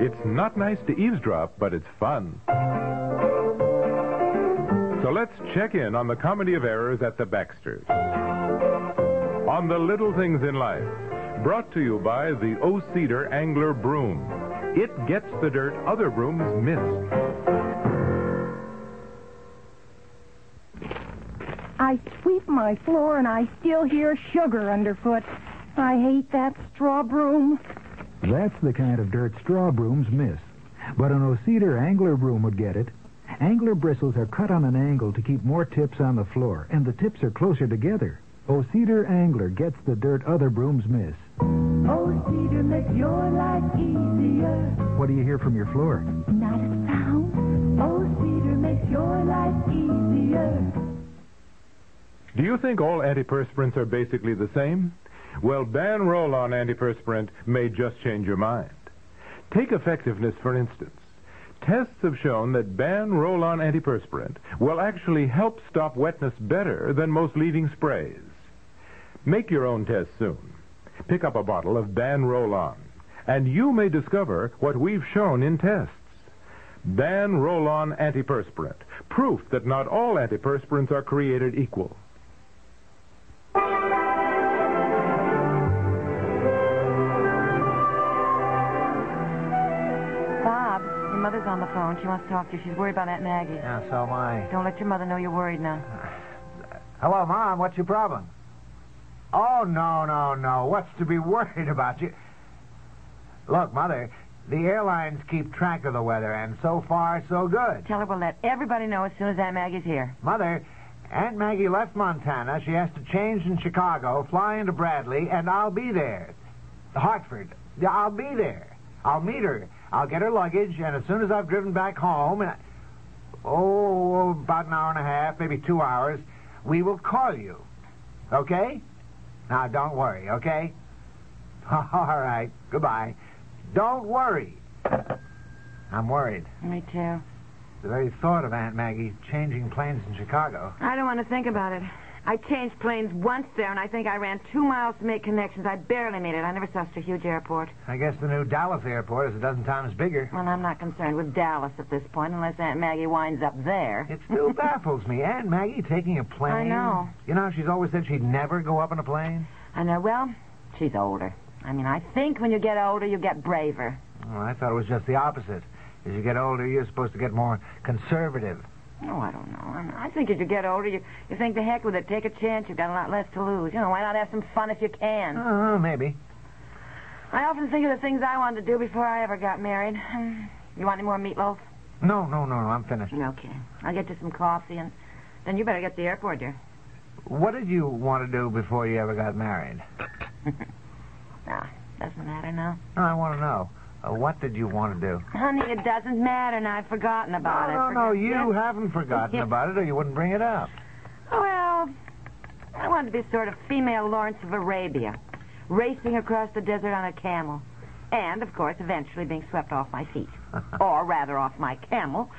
It's not nice to eavesdrop, but it's fun. So let's check in on the comedy of errors at the Baxters. On the little things in life. Brought to you by the O Cedar Angler Broom. It gets the dirt other brooms miss. I sweep my floor and I still hear sugar underfoot. I hate that straw broom. That's the kind of dirt straw brooms miss. But an Ocedar angler broom would get it. Angler bristles are cut on an angle to keep more tips on the floor, and the tips are closer together. Ocedar angler gets the dirt other brooms miss. Oh, cedar makes your life easier. What do you hear from your floor? Not a sound. Oh, cedar makes your life easier. Do you think all antiperspirants are basically the same? Well, ban roll on antiperspirant may just change your mind. Take effectiveness, for instance. Tests have shown that ban roll on antiperspirant will actually help stop wetness better than most leading sprays. Make your own test soon. Pick up a bottle of ban roll on, and you may discover what we've shown in tests. Ban roll on antiperspirant, proof that not all antiperspirants are created equal. Bob, your mother's on the phone. She wants to talk to you. She's worried about Aunt Maggie. Yeah, so am I. Don't let your mother know you're worried now. Hello, Mom. What's your problem? Oh, no, no, no. What's to be worried about? You. Look, Mother, the airlines keep track of the weather, and so far, so good. Tell her we'll let everybody know as soon as Aunt Maggie's here. Mother, Aunt Maggie left Montana. She has to change in Chicago, fly into Bradley, and I'll be there. Hartford. Yeah, I'll be there. I'll meet her. I'll get her luggage, and as soon as I've driven back home, and I... oh, about an hour and a half, maybe two hours, we will call you. Okay? Now, don't worry, okay? All right. Goodbye. Don't worry. I'm worried. Me too. The very thought of Aunt Maggie changing planes in Chicago. I don't want to think about it. I changed planes once there, and I think I ran two miles to make connections. I barely made it. I never saw such a huge airport. I guess the new Dallas airport is a dozen times bigger. Well, I'm not concerned with Dallas at this point, unless Aunt Maggie winds up there. It still baffles me. Aunt Maggie taking a plane. I know. You know, how she's always said she'd never go up in a plane. I know. Well, she's older. I mean, I think when you get older, you get braver. Well, I thought it was just the opposite. As you get older, you're supposed to get more conservative. Oh, I don't know. I, mean, I think as you get older, you, you think the heck with it. Take a chance. You've got a lot less to lose. You know, why not have some fun if you can? Oh, maybe. I often think of the things I wanted to do before I ever got married. Hmm. You want any more meatloaf? No, no, no, no. I'm finished. Okay. I'll get you some coffee, and then you better get to the airport, dear. What did you want to do before you ever got married? Ah, doesn't matter now. No, I want to know. Uh, what did you want to do? Honey, it doesn't matter, and I've forgotten about it. no, no, no. Forget- You haven't forgotten about it, or you wouldn't bring it up. Well, I wanted to be sort of female Lawrence of Arabia, racing across the desert on a camel. And, of course, eventually being swept off my feet. or rather, off my camel.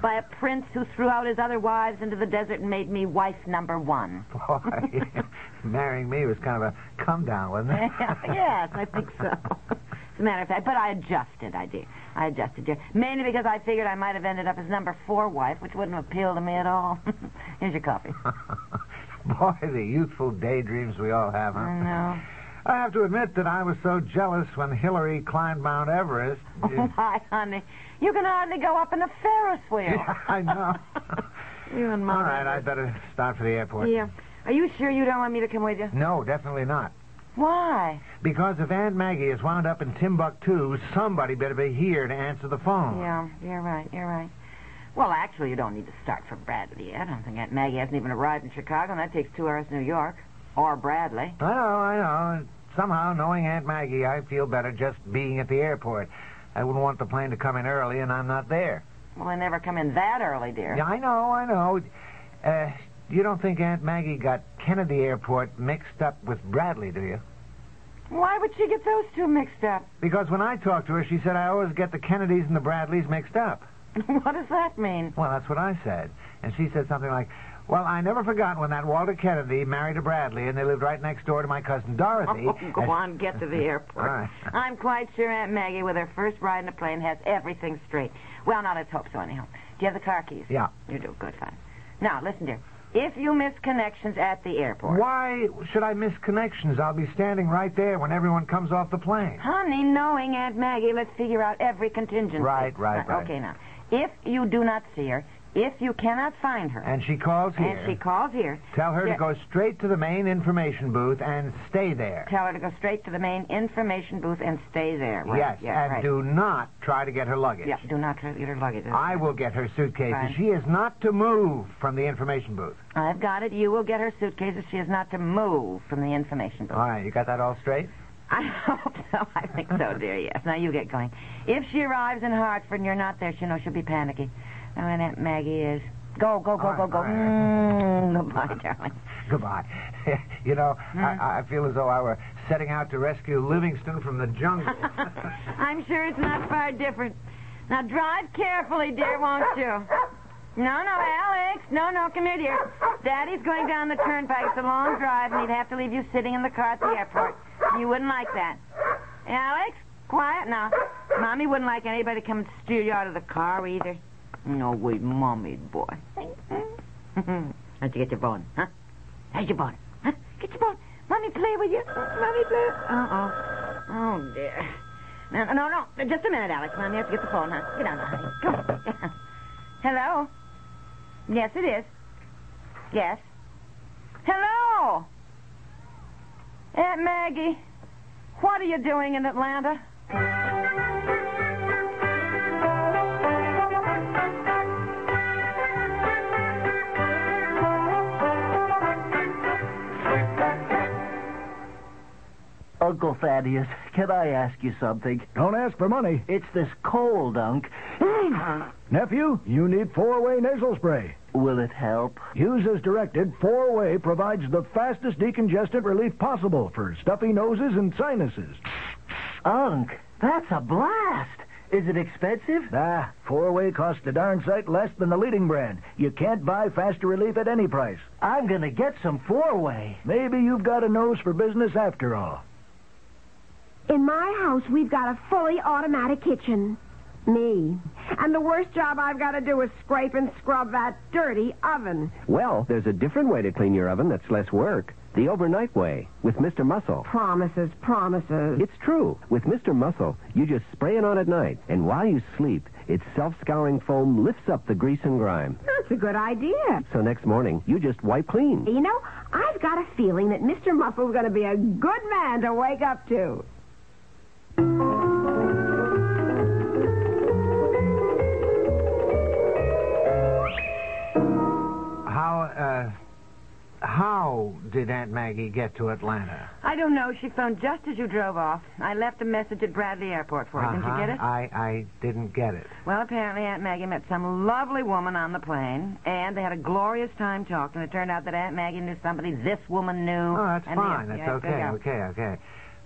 By a prince who threw out his other wives into the desert and made me wife number one. Boy, marrying me was kind of a come down, wasn't it? yes, I think so. As a matter of fact, but I adjusted, I did. I adjusted, dear. Mainly because I figured I might have ended up as number four wife, which wouldn't appeal to me at all. Here's your coffee. Boy, the youthful daydreams we all have, huh? I know. I have to admit that I was so jealous when Hillary climbed Mount Everest. Oh, my honey. You can hardly go up in a Ferris wheel. Yeah, I know. You and All Mom. right, I'd better start for the airport. Yeah. Are you sure you don't want me to come with you? No, definitely not. Why? Because if Aunt Maggie is wound up in Timbuktu, somebody better be here to answer the phone. Yeah, you're right, you're right. Well, actually, you don't need to start from Bradley yet. I don't think Aunt Maggie hasn't even arrived in Chicago, and that takes two hours to New York. Or Bradley. I know, I know. It's somehow, knowing Aunt Maggie, I feel better just being at the airport. I wouldn't want the plane to come in early, and I'm not there. Well, they never come in that early, dear. Yeah, I know, I know. Uh, you don't think Aunt Maggie got Kennedy Airport mixed up with Bradley, do you? Why would she get those two mixed up? Because when I talked to her, she said I always get the Kennedys and the Bradleys mixed up. what does that mean? Well, that's what I said. And she said something like, Well, I never forgot when that Walter Kennedy married a Bradley, and they lived right next door to my cousin Dorothy. Oh, go And- on, get to the airport. All right. I'm quite sure Aunt Maggie, with her first ride in a plane, has everything straight. Well, now let's hope so, anyhow. Do you have the car keys? Yeah. You do. Good, fine. Now, listen, dear. If you miss connections at the airport. Why should I miss connections? I'll be standing right there when everyone comes off the plane. Honey, knowing Aunt Maggie, let's figure out every contingency. Uh, Right, right, right. Okay, now. If you do not see her, if you cannot find her, And she calls here. and she calls here, Tell her Yeah. to go straight to the main information booth and stay there. tell her to go straight to the main information booth and stay there. Right? yes, yeah, and right. do not try to get her luggage. Yeah, do not get her luggage. I will get her suitcases. Fine. She is not to move from the information booth. I've got it. You will get her suitcase if she is not to move from the information booth. All right, you got that all straight? I hope so. I think so, dear. Yes. Now you get going. If she arrives in Hartford and you're not there, she knows she'll be panicky. Now, and Aunt Maggie is. Go, go, go, All go, right, go. all right. Mm, goodbye, darling. Goodbye. you know, Hmm. I, I feel as though I were setting out to rescue Livingston from the jungle. I'm sure it's not far different. Now drive carefully, dear, won't you? No, no, Alex. No, no, come here, dear. Daddy's going down the turnpike. It's a long drive, and he'd have to leave you sitting in the car at the airport. You wouldn't like that. Alex, quiet now. Mommy wouldn't like anybody to come and steal you out of the car either. No, wait, Mommy, boy. How'd you get your bone, huh? How's your bone? Huh? Get your bone. Mommy, play with you. Mommy, play. Uh-oh. Oh, dear. No, no, no. no. Just a minute, Alex. Mommy has to get the phone, huh? Get down, now, honey. Come on. Get down. Hello? Yes, it is. Yes. Hello? Aunt Maggie, what are you doing in Atlanta? Uncle Thaddeus, can I ask you something? Don't ask for money. It's this cold, Unc. Nephew, you need four way nasal spray. Will it help? Use as directed. Four way provides the fastest decongestant relief possible for stuffy noses and sinuses. Unc, that's a blast. Is it expensive? Ah, four way costs a darn sight less than the leading brand. You can't buy faster relief at any price. I'm going to get some four-way. Maybe you've got a nose for business after all. In my house, we've got a fully automatic kitchen. Me. And the worst job I've got to do is scrape and scrub that dirty oven. Well, there's a different way to clean your oven that's less work. The overnight way with Mr. Muscle. Promises, promises. It's true. With Mr. Muscle, you just spray it on at night, and while you sleep, its self-scouring foam lifts up the grease and grime. That's a good idea. So next morning, you just wipe clean. You know, I've got a feeling that Mr. Muffle's going to be a good man to wake up to. How, uh, how did Aunt Maggie get to Atlanta? I don't know. She phoned just as you drove off. I left a message at Bradley Airport for her. Didn't you Uh-huh. get it? I, I didn't get it. Well, apparently Aunt Maggie met some lovely woman on the plane, and they had a glorious time talking. It turned out that Aunt Maggie knew somebody this woman knew. Oh, that's and the- fine. That's yeah, okay. yeah. Okay, okay.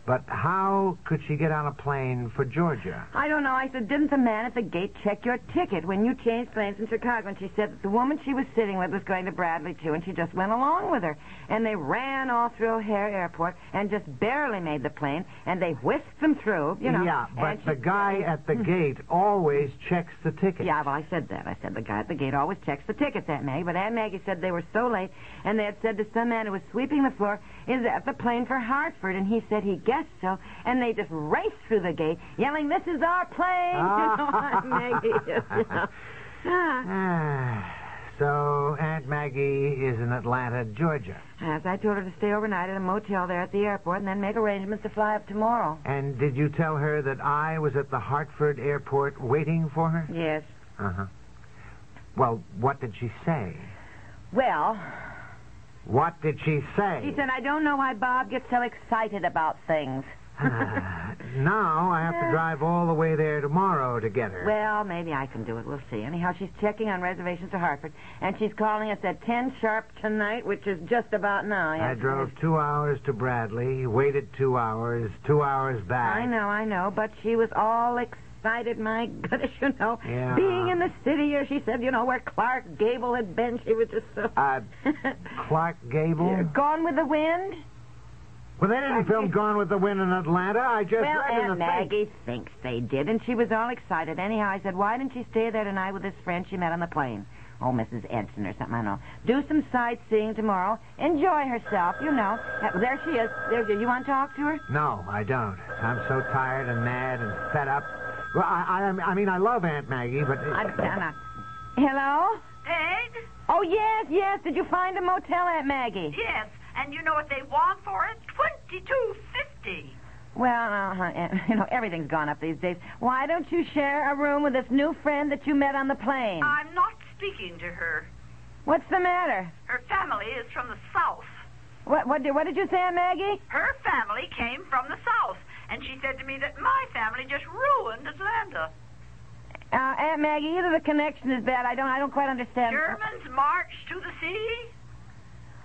But how could she get on a plane for Georgia? I don't know. I said, didn't the man at the gate check your ticket when you changed planes in Chicago? And she said that the woman she was sitting with was going to Bradley, too, and she just went along with her. And they ran all through O'Hare Airport and just barely made the plane, and they whisked them through, you know. yeah, but and she- the guy at the gate always checks the ticket. Yeah, well, I said that. I said the guy at the gate always checks the tickets, Aunt Maggie. But Aunt Maggie said they were so late, and they had said to some man who was sweeping the floor, "Is that the plane for Hartford?" And he said he guessed so, and they just raced through the gate, yelling, "This is our plane!" You know, Aunt Maggie. you know. Ah. Ah, so Aunt Maggie is in Atlanta, Georgia. Yes, I told her to stay overnight at a motel there at the airport, and then make arrangements to fly up tomorrow. And did you tell her that I was at the Hartford airport waiting for her? Yes. Uh huh. Well, what did she say? Well, What did she say? Ethan, I don't know why Bob gets so excited about things. Now I have to drive all the way there tomorrow to get her. Well, maybe I can do it. We'll see. Anyhow, she's checking on reservations to Hartford, and she's calling us at 10 sharp tonight, which is just about now. I Yes, drove yes. two hours to Bradley, waited two hours, two hours back. I know, I know, but she was all excited, my goodness, you know. Yeah. Being in the city here, she said, you know, where Clark Gable had been, she was just so... Uh, Clark Gable? Gone with the Wind? Well, they didn't film Gone with the Wind in Atlanta. I just Well, read Aunt in the paper. Maggie thinks they did, and she was all excited. Anyhow, I said, why didn't she stay there tonight with this friend she met on the plane? Oh, Mrs. Edson or something, I don't know. Do some sightseeing tomorrow. Enjoy herself, you know. Uh, There she is. There she is. You want to talk to her? No, I don't. I'm so tired and mad and fed up. Well, I, I, I mean, I love Aunt Maggie, but I, Anna. Hello? Ed? Oh, yes, yes. Did you find a motel, Aunt Maggie? Yes. And you know what they want for it? Twenty-two fifty. Well, uh, Aunt- you know, everything's gone up these days. Why don't you share a room with this new friend that you met on the plane? I'm not speaking to her. What's the matter? Her family is from the south. What, what, did, what did you say, Aunt Maggie? Her family came from the south, and she said to me that my family just ruined Atlanta. Uh, Aunt Maggie, either the connection is bad. I don't. I don't quite understand. Germans marched to the city.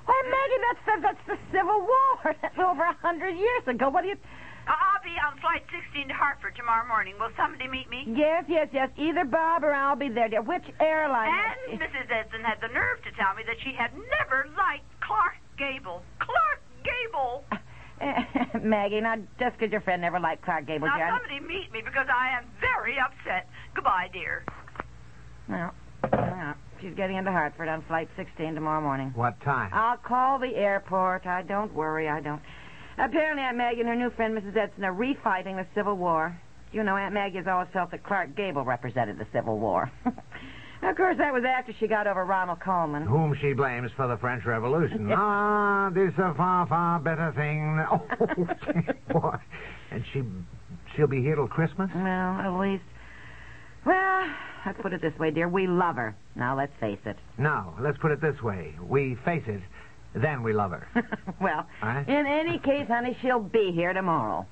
Well, Maggie, that's the, that's the Civil War. That's over a hundred years ago. What do you? I- I'll be on flight 16 to Hartford tomorrow morning. Will somebody meet me? Yes, yes, yes. Either Bob or I'll be there. dear. Which airline? And Mrs. Edson had the nerve to tell me that she had never liked Clark Gable. Clark Gable! Eh, Maggie, now just 'cause your friend never liked Clark Gable, Now, dear, I- somebody meet me because I am very upset. Goodbye, dear. No. No. She's getting into Hartford on flight 16 tomorrow morning. what time? I'll call the airport. I don't worry. I don't. Apparently, Aunt Maggie and her new friend, Mrs. Edson, are refighting the Civil War. You know, Aunt Maggie has always felt that Clark Gable represented the Civil War. of course, that was after she got over Ronald Coleman. Whom she blames for the French Revolution. ah, there's a far, far better thing. Oh, dear boy. And she, she'll be here till Christmas? Well, at least. Well, let's put it this way, dear. We love her. Now, let's face it. No, let's put it this way. We face it, then we love her. well, Huh? in any case, honey, she'll be here tomorrow.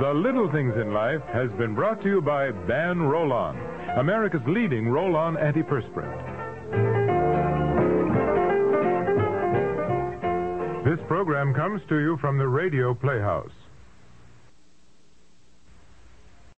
The Little Things in Life has been brought to you by Ban Roll-On, America's leading roll-on antiperspirant. This program comes to you from the Radio Playhouse,